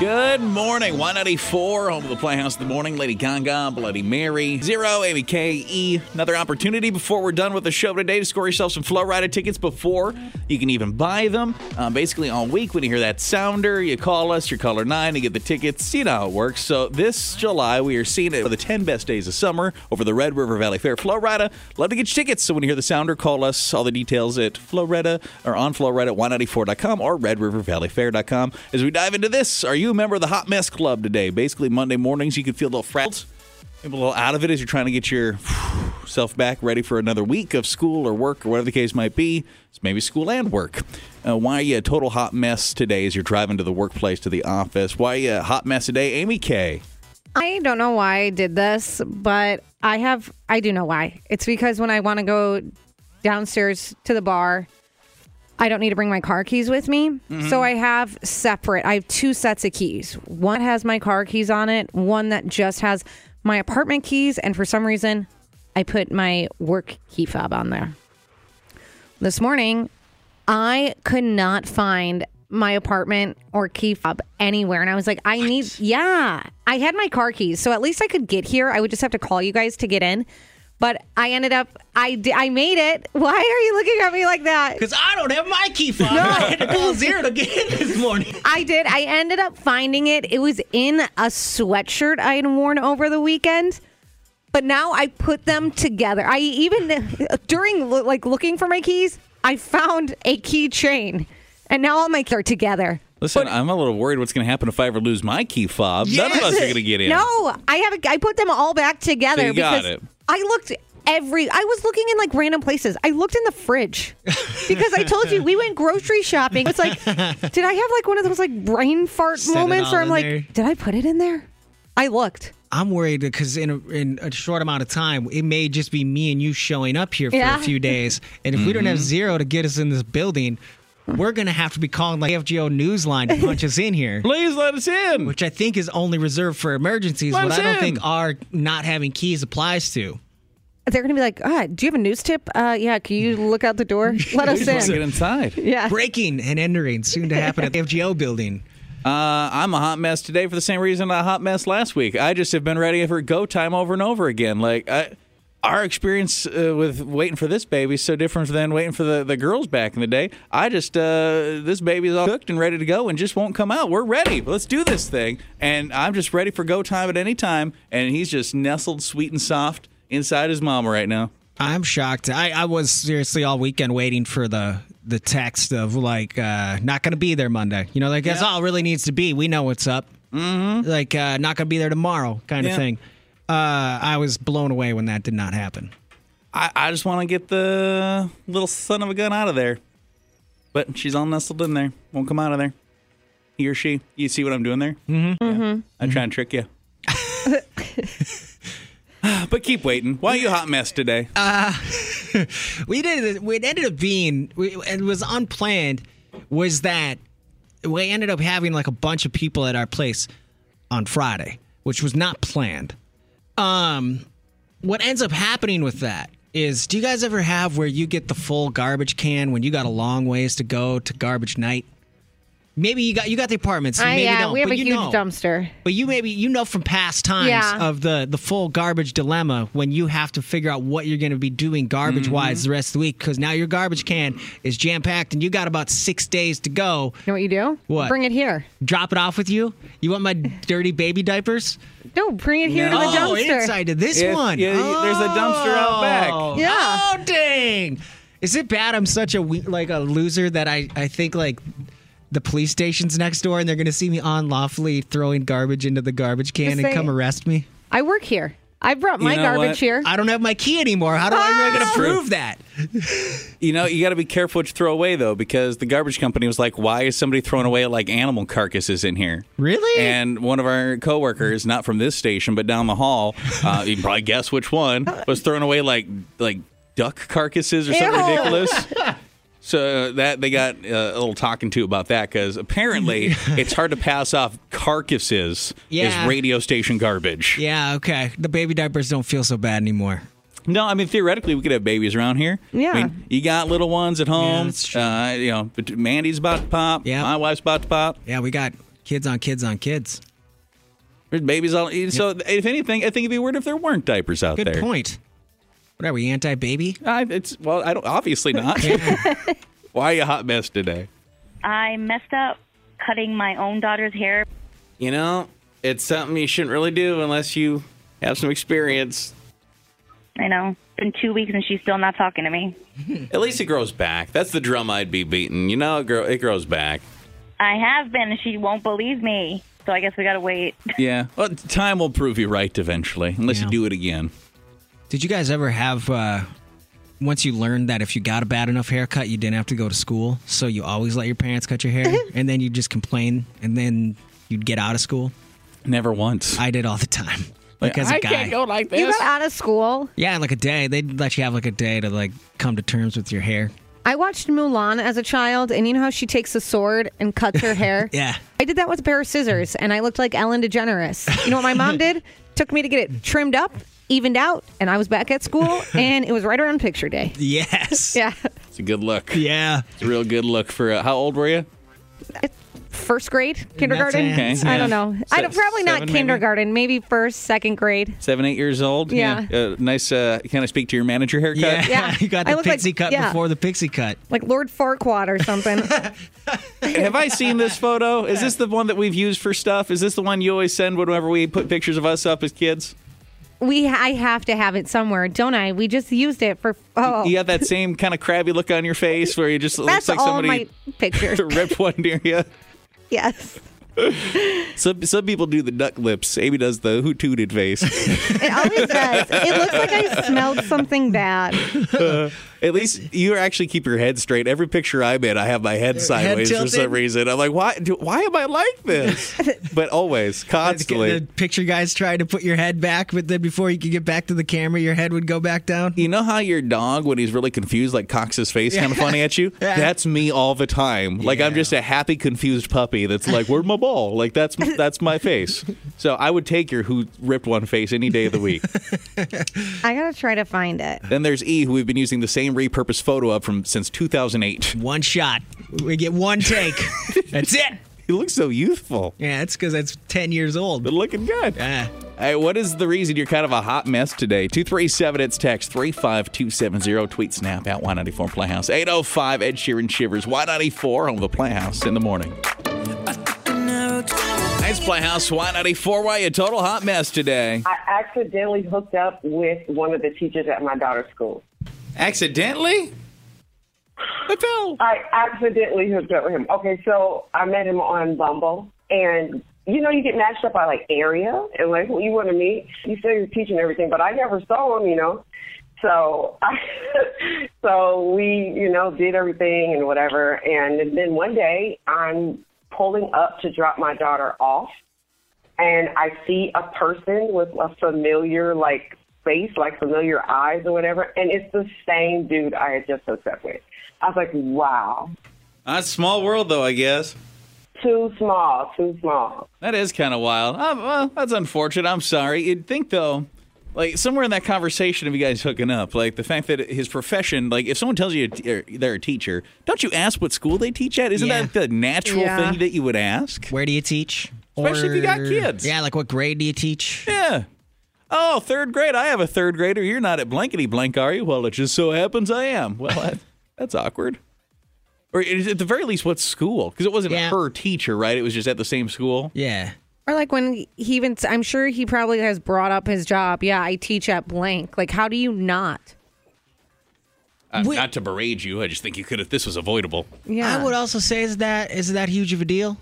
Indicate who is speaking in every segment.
Speaker 1: Good morning, 194, home of the Playhouse in the morning. Lady Gaga, Bloody Mary, Zero, Amy K, E. Another opportunity before we're done with the show today to score yourself some Flow Rider tickets before you can even buy them. Um, basically, all week when you hear that sounder, you call us, your caller 9 to get the tickets. You know how it works. So this July, we are seeing it for the 10 best days of summer over the Red River Valley Fair. Flow Rider, love to get your tickets. So when you hear the sounder, call us. All the details at Floretta or on Floretta at 194.com or redrivervalleyfair.com. As we dive into this, are you a member of the Hot Mess Club today? Basically, Monday mornings, you can feel a little frazzled, maybe a little out of it as you're trying to get your self back ready for another week of school or work or whatever the case might be. It's maybe school and work. Uh, why are you a total hot mess today as you're driving to the workplace, to the office? Why are you a hot mess today? Amy K.
Speaker 2: I don't know why I did this, but I have, I do know why. It's because when I want to go downstairs to the bar, I don't need to bring my car keys with me. So I have separate, I have two sets of keys. One has my car keys on it, one that just has my apartment keys. And for some reason, I put my work key fob on there. This morning, I could not find my apartment or key fob anywhere. And I was like, I need, yeah, I had my car keys. So at least I could get here. I would just have to call you guys to get in. But I ended up, I, di- I made it. Why are you looking at me like that?
Speaker 3: Because I don't have my key fob. I had to call zero to get in this morning.
Speaker 2: I did. I ended up finding it. It was in a sweatshirt I had worn over the weekend. But now I put them together. I even during lo- like looking for my keys, I found a keychain, and now all my keys are together.
Speaker 1: Listen, I'm a little worried what's going to happen if I ever lose my key fob. None of us are going to get in.
Speaker 2: No, I have. A, I put them all back together
Speaker 1: So you got
Speaker 2: because
Speaker 1: it.
Speaker 2: I looked every. I was looking in like random places. I looked in the fridge because I told you we went grocery shopping. It's like, did I have like one of those like brain fart
Speaker 3: Set it
Speaker 2: moments
Speaker 3: all
Speaker 2: where I'm
Speaker 3: in
Speaker 2: like,
Speaker 3: there.
Speaker 2: did I put it in there? I looked.
Speaker 3: I'm worried because in a, in a short amount of time, it may just be me and you showing up here for
Speaker 2: Yeah.
Speaker 3: a few days. And if we don't have zero to get us in this building, we're going to have to be calling like FGO Newsline to punch us in here.
Speaker 1: Please let us in.
Speaker 3: Which I think is only reserved for emergencies,
Speaker 1: Let
Speaker 3: but
Speaker 1: us
Speaker 3: I don't
Speaker 1: in.
Speaker 3: think our not having keys applies to.
Speaker 2: They're gonna be like, ah, do you have a news tip? Uh, yeah, can you look out the door? Let us
Speaker 1: Let's get
Speaker 2: in.
Speaker 1: inside.
Speaker 2: Yeah.
Speaker 3: Breaking and entering soon to happen at the FGO building.
Speaker 1: Uh, I'm a hot mess today for the same reason I hot mess last week. I just have been ready for go time over and over again. Like I, our experience uh, with waiting for this baby is so different than waiting for the, the girls back in the day. I just uh, this baby is all cooked and ready to go and just won't come out. We're ready. Let's do this thing. And I'm just ready for go time at any time. And he's just nestled sweet and soft inside his mama right now.
Speaker 3: I'm shocked. I, I was seriously all weekend waiting for the the text of like uh not gonna be there Monday. You know, like that's all it really needs to be. We know what's up. Mm-hmm. Like uh not gonna be there tomorrow kind
Speaker 1: Yeah.
Speaker 3: of thing. Uh I was blown away when that did not happen.
Speaker 1: I, I just want to get the little son of a gun out of there. But she's all nestled in there. Won't come out of there. He or she. You see what I'm doing there? Mm-hmm. I try and trick you. but keep waiting. Why you hot mess today?
Speaker 3: we did it. What ended up being we, it was unplanned. Was that we ended up having like a bunch of people at our place on Friday, which was not planned. Um, what ends up happening with that is, do you guys ever have where you get the full garbage can when you got a long ways to go to garbage night? Maybe you got you got the apartments.
Speaker 2: Ah,
Speaker 3: maybe
Speaker 2: yeah,
Speaker 3: don't,
Speaker 2: we have
Speaker 3: but
Speaker 2: a
Speaker 3: you
Speaker 2: huge
Speaker 3: know.
Speaker 2: dumpster.
Speaker 3: But you maybe you know from past times
Speaker 2: Yeah.
Speaker 3: of the the full garbage dilemma when you have to figure out what you're going to be doing garbage
Speaker 1: Mm-hmm.
Speaker 3: wise the rest of the week because now your garbage can is jam packed and you got about six days to go.
Speaker 2: You know what you do?
Speaker 3: What?
Speaker 2: Bring it here.
Speaker 3: Drop it off with you. You want my dirty baby diapers?
Speaker 2: No, bring it here to the
Speaker 3: oh,
Speaker 2: dumpster.
Speaker 3: inside to this
Speaker 1: Yeah,
Speaker 3: one.
Speaker 1: yeah, y- there's a dumpster out back.
Speaker 3: Oh.
Speaker 2: Yeah.
Speaker 3: Oh dang! Is it bad? I'm such a we- like a loser that I I think like. The police station's next door, and they're gonna see me unlawfully throwing garbage into the garbage can
Speaker 2: Just
Speaker 3: and
Speaker 2: say-
Speaker 3: come arrest me.
Speaker 2: I work here. I brought my
Speaker 1: know
Speaker 2: garbage
Speaker 1: what?
Speaker 2: here.
Speaker 3: I don't have my key anymore. How do I really
Speaker 1: It's
Speaker 3: gonna
Speaker 1: true.
Speaker 3: prove that?
Speaker 1: You know, you got to be careful what you throw away, though, because the garbage company was like, why is somebody throwing away like animal carcasses in here?
Speaker 3: Really?
Speaker 1: And one of our coworkers, not from this station, but down the hall, uh, you can probably guess which one, was throwing away like like duck carcasses or something
Speaker 2: Ew.
Speaker 1: ridiculous. So that they got uh, a little talking to about that because apparently it's hard to pass off carcasses
Speaker 3: Yeah.
Speaker 1: as radio station garbage.
Speaker 3: Yeah, okay. The baby diapers don't feel so bad anymore.
Speaker 1: No, I mean theoretically we could have babies around here.
Speaker 2: Yeah.
Speaker 1: I mean, you got little ones at home.
Speaker 3: that's true.
Speaker 1: Uh, you know, but Mandy's about to pop.
Speaker 3: Yeah.
Speaker 1: my wife's about to pop.
Speaker 3: Yeah, we got Kids on kids on kids.
Speaker 1: There's babies all. So if anything, I think it'd be weird if there weren't diapers out
Speaker 3: Good
Speaker 1: there.
Speaker 3: point. What are we anti baby?
Speaker 1: I, it's well, I don't obviously not. Why are you a hot mess today?
Speaker 4: I messed up cutting my own daughter's hair.
Speaker 5: You know, it's something you shouldn't really do unless you have some experience.
Speaker 4: I know. It's been two weeks and she's still not talking to me.
Speaker 5: At least it grows back. That's the drum I'd be beating. You know, it, grow, it grows back.
Speaker 4: I have been and she won't believe me. So I guess we gotta wait.
Speaker 1: Yeah. Well, time will prove you right eventually, unless you
Speaker 3: Yeah.
Speaker 1: do it again.
Speaker 3: Did you guys ever have uh once you learned that if you got a bad enough haircut, you didn't have to go to school, so you always let your parents cut your hair, and then you just complain, and then you'd get out of school.
Speaker 1: Never once.
Speaker 3: I did all the time, like as a guy.
Speaker 5: like
Speaker 2: You got out of school.
Speaker 3: Yeah, like a day. They'd let you have like a day to like come to terms with your hair.
Speaker 2: I watched Mulan as a child, and you know how she takes a sword and cuts her hair?
Speaker 3: Yeah.
Speaker 2: I did that with a pair of scissors, and I looked like Ellen DeGeneres. You know what my mom did? Took me to get it trimmed up, evened out, and I was back at school, and it was right around picture day.
Speaker 3: Yes.
Speaker 2: Yeah.
Speaker 1: It's a good look.
Speaker 3: Yeah.
Speaker 1: It's a real good look for uh, how old were you?
Speaker 2: First grade, kindergarten.
Speaker 3: Okay,
Speaker 2: I
Speaker 1: yeah.
Speaker 2: don't know. I don't,
Speaker 1: Se-
Speaker 2: probably not
Speaker 1: seven, maybe?
Speaker 2: kindergarten, maybe? first, second grade.
Speaker 1: Seven, eight years old.
Speaker 2: Yeah.
Speaker 1: Uh, nice. Uh, can I speak to your manager haircut?
Speaker 3: Yeah.
Speaker 2: Yeah.
Speaker 3: you got
Speaker 2: I
Speaker 3: the
Speaker 2: look like-
Speaker 3: pixie cut
Speaker 2: yeah.
Speaker 3: before the pixie cut.
Speaker 2: Like Lord Farquaad or something.
Speaker 1: Have I seen this photo? Is this the one that we've used for stuff? Is this the one you always send whenever we put pictures of us up as kids?
Speaker 2: we, I have to have it somewhere, don't I? We just used it for. Oh,
Speaker 1: You got that same kind of crabby look on your face where you just it
Speaker 2: that's
Speaker 1: looks like
Speaker 2: all
Speaker 1: somebody
Speaker 2: my pictures.
Speaker 1: ripped one near you.
Speaker 2: yes.
Speaker 1: Some some people do the duck lips. Amy does the who tooted face.
Speaker 2: It always does. It looks like I smelled something bad.
Speaker 1: At least you actually keep your head straight. Every picture I'm in, I have my head sideways for some
Speaker 3: tilted.
Speaker 1: reason. I'm like, why? Do, why am I like this? but always, constantly.
Speaker 3: The picture guys tried to put your head back, but then before you could get back to the camera, your head would go back down.
Speaker 1: you know how your dog, when he's really confused, like cocks his face kind of funny at you? That's me all the time. Like I'm
Speaker 3: Yeah.
Speaker 1: just a happy, confused puppy that's like, where'd my ball? Like that's that's my face. So I would take your who ripped one face any day of the week.
Speaker 2: I gotta try to find it.
Speaker 1: then there's E, who we've been using the same repurposed photo of from since 2008.
Speaker 3: One shot. We get one take. that's it.
Speaker 1: He looks so youthful.
Speaker 3: Yeah, it's because that's 10 years old. Uh,
Speaker 1: But looking good.
Speaker 3: Yeah.
Speaker 1: Hey, what is the reason you're kind of a hot mess today? 237, it's text 35270. Tweet snap at Y94 Playhouse. 805 Ed Sheeran Shivers. Y94 home of the Playhouse in the morning. Nice Playhouse Y94. Why you a total hot mess today?
Speaker 6: I accidentally hooked up with one of the teachers at my daughter's school.
Speaker 5: Accidentally? What the hell?
Speaker 6: I accidentally hooked up with him. Okay, so I met him on Bumble, and you know you get matched up by like area and like who you want to meet. You say you're teaching everything, but I never saw him, you know. So I, so we you know did everything and whatever, and then one day I'm pulling up to drop my daughter off, and I see a person with a familiar like face, like familiar eyes or whatever, and it's the same dude I had just hooked up with. I was like, wow,
Speaker 5: That's small world, though, I guess.
Speaker 6: too small, too small.
Speaker 1: That is kind of wild. Um, well, that's unfortunate. I'm sorry. You'd think, though, like somewhere in that conversation of you guys hooking up, like the fact that his profession, like if someone tells you they're a teacher, don't you ask what school they teach at? Isn't
Speaker 3: Yeah.
Speaker 1: that the natural
Speaker 2: Yeah.
Speaker 1: thing that you would ask?
Speaker 3: Where do you teach?
Speaker 1: Especially if you got
Speaker 3: Or-
Speaker 1: kids.
Speaker 3: Yeah, like what grade do you teach?
Speaker 1: Yeah. Oh, third grade. I have a third grader. You're not at blankety blank, are you? Well, it just so happens I am. Well, that, that's awkward. Or it- at the very least, what school? Because it wasn't
Speaker 3: Yeah.
Speaker 1: her teacher, right? It was just at the same school.
Speaker 3: Yeah.
Speaker 2: Or like when he even, I'm sure he probably has brought up his job. Yeah, I teach at blank. Like, how do you not?
Speaker 1: Uh,
Speaker 3: Wait.
Speaker 1: not to berate you, I just think you could if this was avoidable.
Speaker 2: Yeah.
Speaker 3: I would also say, is that is that huge of a deal?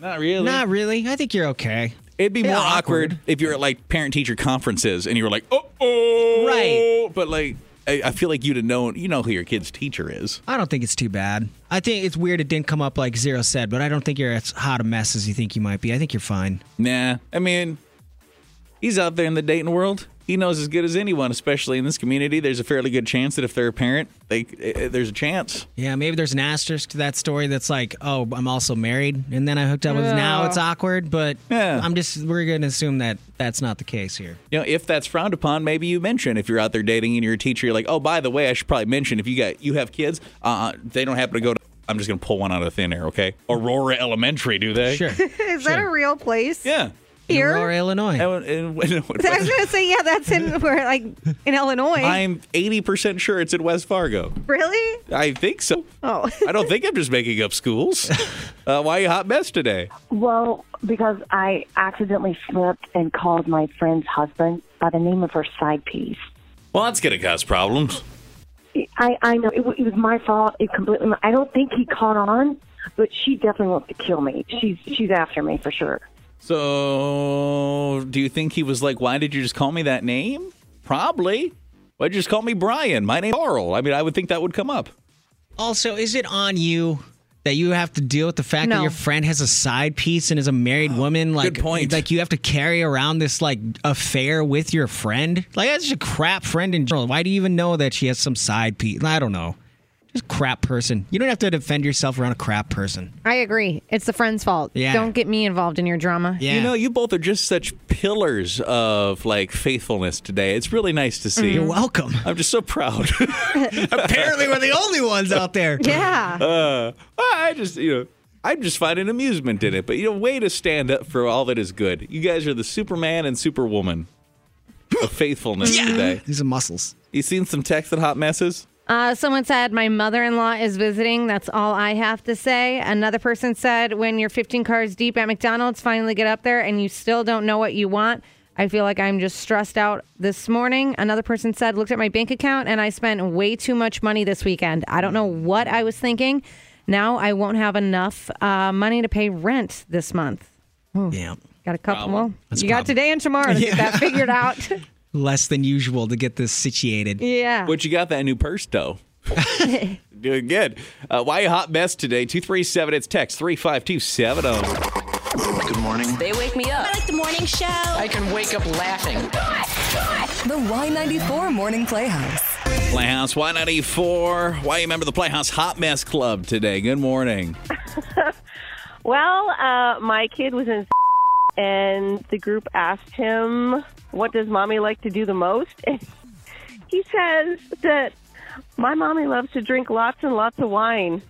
Speaker 1: Not really.
Speaker 3: Not really. I think you're okay.
Speaker 1: It'd be
Speaker 3: Yeah,
Speaker 1: more awkward.
Speaker 3: awkward.
Speaker 1: if you're at like parent teacher conferences and you were like, oh, oh,
Speaker 3: Right.
Speaker 1: But like, I, I feel like you'd have known, you know, who your kid's teacher is.
Speaker 3: I don't think it's too bad. I think it's weird it didn't come up like Zero said, but I don't think you're as hot a mess as you think you might be. I think you're fine.
Speaker 1: Nah, I mean, he's out there in the dating world. He knows as good as anyone, especially in this community. There's a fairly good chance that if they're a parent, they eh, there's a chance.
Speaker 3: Yeah, maybe there's an asterisk to that story that's like, oh, I'm also married, and then I hooked up with. Now
Speaker 2: Yeah.
Speaker 3: it's awkward, but
Speaker 1: Yeah.
Speaker 3: I'm just we're gonna assume that that's not the case here.
Speaker 1: You know, if that's frowned upon, maybe you mention if you're out there dating and you're a teacher, you're like, oh, by the way, I should probably mention if you got you have kids, uh, uh-uh, they don't happen to go to I'm just going to pull one out of thin air, okay? Aurora Elementary, do they?
Speaker 3: Sure.
Speaker 2: Is that a real place?
Speaker 1: Yeah.
Speaker 2: Here?
Speaker 3: Aurora, Illinois.
Speaker 1: And- and-
Speaker 2: I was gonna say, yeah, that's in where like in Illinois.
Speaker 1: I'm 80% sure it's in West Fargo.
Speaker 2: really?
Speaker 1: I think so.
Speaker 2: Oh.
Speaker 1: I don't think I'm just making up schools. Uh, why are you a hot mess today?
Speaker 7: Well, because I accidentally slipped and called my friend's husband by the name of her side piece.
Speaker 1: Well, that's going to cause problems.
Speaker 7: I, I know it, wa- it was my fault. It completely. I don't think he caught on, but she definitely wants to kill me. She's she's after me for sure.
Speaker 1: So, do you think he was like, why did you just call me that name? Probably. Why'd you just call me Brian? My name's Carl. I mean, I would think that would come up.
Speaker 3: Also, is it on you that you have to deal with the fact that
Speaker 2: No.
Speaker 3: your friend has a side piece and is a married woman? Like,
Speaker 1: point.
Speaker 3: Like you have to carry around this like affair with your friend. Like that's just a crap friend in general. Why do you even know that she has some side piece? I don't know. Just crap person. You don't have to defend yourself around a crap person.
Speaker 2: I agree. It's the friend's fault.
Speaker 3: Yeah.
Speaker 2: Don't get me involved in your drama.
Speaker 3: Yeah.
Speaker 1: You know, you both are just such pillars of like faithfulness today. It's really nice to see.
Speaker 2: Mm-hmm.
Speaker 3: You're welcome.
Speaker 1: I'm just so proud.
Speaker 3: Apparently, we're the only ones out there.
Speaker 2: Yeah.
Speaker 1: uh, I just, you know, I'm just finding amusement in it. But, you know, way to stand up for all that is good. You guys are the Superman and Superwoman of faithfulness today.
Speaker 3: These are muscles.
Speaker 1: You seen some texts and hot messes?
Speaker 2: Uh, someone said, My mother in law is visiting. That's all I have to say. Another person said, When you're 15 cars deep at McDonald's, finally get up there and you still don't know what you want. I feel like I'm just stressed out this morning. Another person said, Looked at my bank account and I spent way too much money this weekend. I don't know what I was thinking. Now I won't have enough uh, money to pay rent this month. Oh.
Speaker 3: Yeah.
Speaker 2: Got a couple. Well,
Speaker 3: That's
Speaker 2: you
Speaker 3: a
Speaker 2: got
Speaker 3: problem.
Speaker 2: today and tomorrow to get that figured out.
Speaker 3: Less than usual to get this situated.
Speaker 2: yeah.
Speaker 1: But you got that new purse, though. Doing good. Uh, why a hot mess today? 237, it's text 35270. oh.
Speaker 8: They wake me up.
Speaker 9: I like the morning show.
Speaker 10: I can wake up laughing.
Speaker 8: The Y94 Morning Playhouse.
Speaker 1: Playhouse Y94. Why you member of the Playhouse Hot Mess Club today? Good morning.
Speaker 11: Well, uh, my kid was in and the group asked him, What does mommy like to do the most? And he says that my mommy loves to drink lots and lots of wine.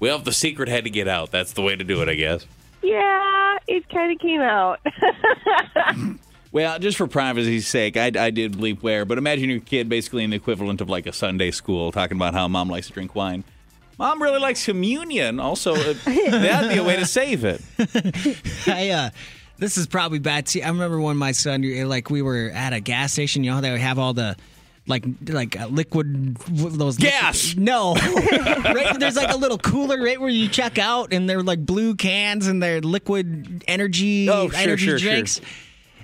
Speaker 1: Well, if the secret had to get out, that's the way to do it, I guess.
Speaker 11: yeah, it kind of came out.
Speaker 1: Well, just for privacy's sake, I, I did bleep where, but imagine your kid basically in the equivalent of like a Sunday school talking about how mom likes to drink wine. Mom really likes communion. Also, uh, that'd be a way to save it.
Speaker 3: I, uh, this is probably bad. too. I remember when my son, eh, like, we were at a gas station. You know, how they would have all the. Like like uh, liquid those
Speaker 1: Gas!
Speaker 3: no, right, there's like a little cooler right where you check out, and they're like blue cans and they're liquid energy
Speaker 1: Oh, sure,
Speaker 3: energy
Speaker 1: sure, sure.
Speaker 3: drinks.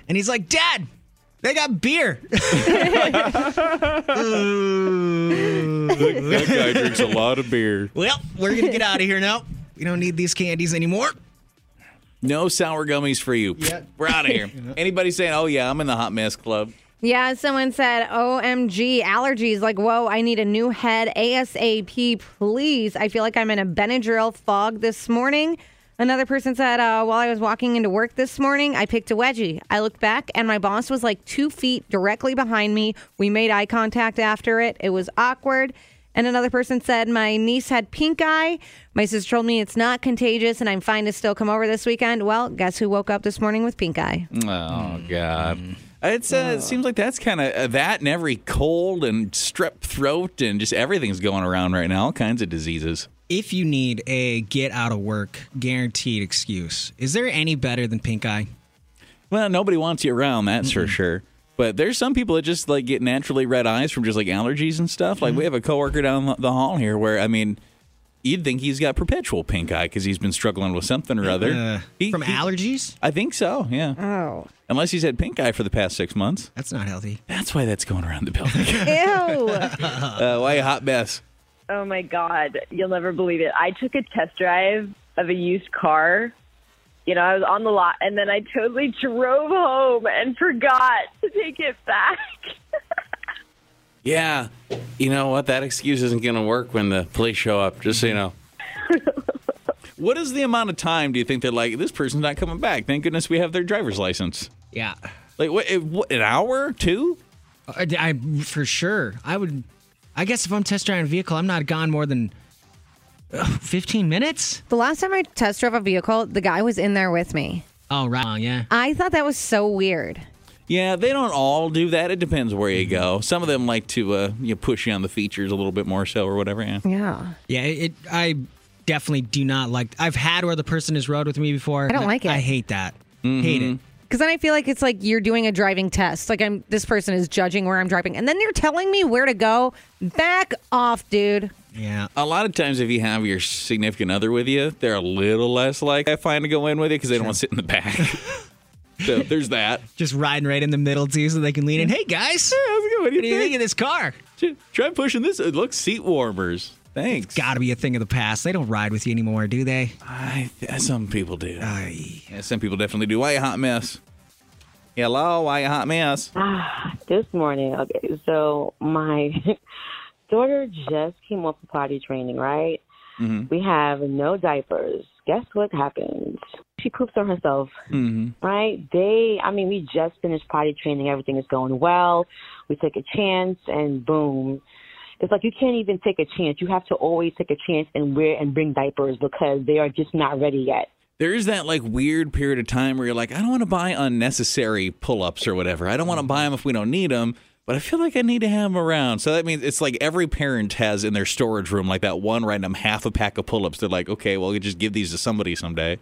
Speaker 3: And he's like, Dad, they got beer.
Speaker 1: that guy drinks a lot of beer.
Speaker 3: well, we're gonna get out of here now. We don't need these candies anymore.
Speaker 1: No sour gummies for you. We're out of here. Anybody saying, "Oh yeah, I'm in the hot mess club"?
Speaker 2: Yeah, someone said, OMG, allergies. Like, whoa, I need a new head ASAP, please. I feel like I'm in a Benadryl fog this morning. Another person said, uh, while I was walking into work this morning, I picked a wedgie. I looked back and my boss was like two feet directly behind me. We made eye contact after it. It was awkward. And another person said, My niece had pink eye. My sister told me it's not contagious and I'm fine to still come over this weekend. Well, guess who woke up this morning with pink eye?
Speaker 1: Oh god. It's, uh, it seems like that's kind of uh, that and every cold and strep throat and just everything's going around right now. All kinds of diseases.
Speaker 3: If you need a get out of work guaranteed excuse, is there any better than pink eye?
Speaker 1: Well, nobody wants you around, that's for sure. But there's some people that just like get naturally red eyes from just like allergies and stuff. Like we
Speaker 3: Mm-hmm.
Speaker 1: have a coworker down the- the hall here where I mean, you'd think he's got perpetual pink eye because he's been struggling with something or other.
Speaker 3: Uh,
Speaker 1: He-
Speaker 3: from Uh.
Speaker 1: he-
Speaker 3: allergies?
Speaker 1: I think so. Yeah.
Speaker 2: Oh.
Speaker 1: Unless he's had pink eye for the past six months.
Speaker 3: That's not healthy.
Speaker 1: That's why that's going around the building.
Speaker 2: Ew.
Speaker 1: uh, why a hot mess?
Speaker 11: oh my God, you'll never believe it. I took a test drive of a used car. You know, I was on the lot and then I totally drove home and forgot to take it back.
Speaker 5: Yeah, you know what? That excuse isn't going to work when the police show up. Just so you know.
Speaker 1: What is the amount of time do you think they're like, this person's not coming back? Thank goodness we have their driver's license.
Speaker 3: Yeah.
Speaker 1: Like, what, eh, what an hour? Two?
Speaker 3: Uh, I, I- for sure. I would. I guess if I'm test driving a vehicle, I'm not gone more than 15 minutes?
Speaker 2: The last time I test drove a vehicle, the guy was in there with me.
Speaker 3: Oh, right. Yeah.
Speaker 2: I thought that was so weird.
Speaker 1: Yeah, they don't all do that. It depends where you go. Some of them like to uh, you know, push you on the features a little bit more so or whatever. Yeah.
Speaker 2: Yeah.
Speaker 3: Yeah, it, it I definitely do not like I've had where the person has rode with me before.
Speaker 2: I don't like it.
Speaker 3: I hate that. Hate it.
Speaker 2: Because then I feel like it's like you're doing a driving test. Like I'm, this person is judging where I'm driving, and then they're telling me where to go. Back off, dude.
Speaker 3: Yeah.
Speaker 1: A lot of times, if you have your significant other with you, they're a little less like I find to go in with you because they don't want to sit in the back. so there's that.
Speaker 3: Just riding right in the middle too so they can lean in. Hey guys.
Speaker 1: how's it going? What do you
Speaker 3: do you
Speaker 1: think?"
Speaker 3: think of this car?
Speaker 1: T- Try pushing this. It looks seat warmers. Thanks.
Speaker 3: Gotta be a thing of the past. They don't ride with you anymore, do they?
Speaker 1: I, some people do. Yeah, some people definitely do. Why you a hot mess? Hello, why you a hot mess?
Speaker 9: this morning. Okay, so my daughter just came off of potty training, right? We have no diapers. Guess what happens? She poops on herself,
Speaker 12: Mm-hmm.
Speaker 9: right? They, I mean, we just finished potty training. Everything is going well. We take a chance, and boom. It's like you can't even take a chance. You have to always take a chance and wear and bring diapers because they are just not ready yet.
Speaker 1: There is that like weird period of time where you're like, I don't want to buy unnecessary pull-ups or whatever. I don't want to buy them if we don't need them. But I feel like I need to have them around. So that means it's like every parent has in their storage room like that one random half a pack of pull-ups. They're like, okay, well, you just give these to somebody someday.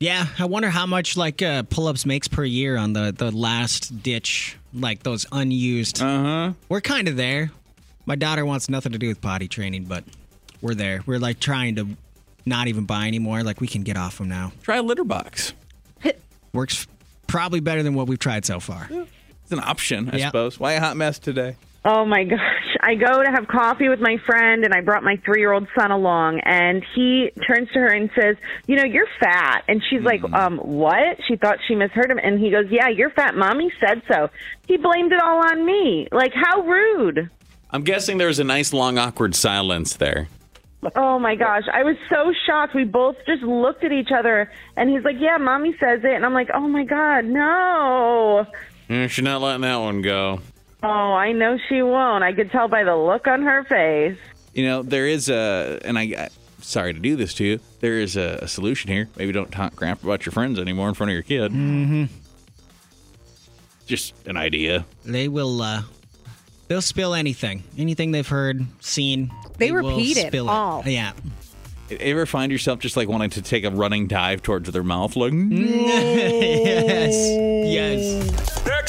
Speaker 3: Yeah, I wonder how much like uh, pull-ups makes per year on the the last ditch, like those unused. Uh
Speaker 1: huh.
Speaker 3: We're kind of there. My daughter wants nothing to do with potty training, but we're there. We're like trying to not even buy anymore. Like we can get off them now.
Speaker 1: Try a litter box.
Speaker 3: Works probably better than what we've tried so far.
Speaker 1: It's an option, I suppose. Why a hot mess today?
Speaker 13: Oh my gosh. I go to have coffee with my friend and I brought my three year old son along and he turns to her and says, You know, you're fat. And she's like, Um, what? She thought she misheard him. And he goes, Yeah, you're fat. Mommy said so. He blamed it all on me. Like, how rude.
Speaker 5: I'm guessing there was a nice long awkward silence there.
Speaker 13: Oh my gosh. I was so shocked. We both just looked at each other and he's like, Yeah, mommy says it. And I'm like, Oh my God, no.
Speaker 5: Eh, She's not letting that one go.
Speaker 13: Oh, I know she won't. I could tell by the look on her face.
Speaker 1: You know, there is a, and I, I sorry to do this to you. There is a, a solution here. Maybe don't talk crap about your friends anymore in front of your kid.
Speaker 3: Mm-hmm.
Speaker 1: Just an idea.
Speaker 3: They will. uh They'll spill anything, anything they've heard, seen.
Speaker 2: They
Speaker 3: will
Speaker 2: repeat it
Speaker 3: spill
Speaker 2: all.
Speaker 3: Yeah.
Speaker 1: E-, Ever find yourself just like wanting to take a mm,
Speaker 2: Oh.
Speaker 1: running dive towards their mouth? Like,
Speaker 3: yes. Yes.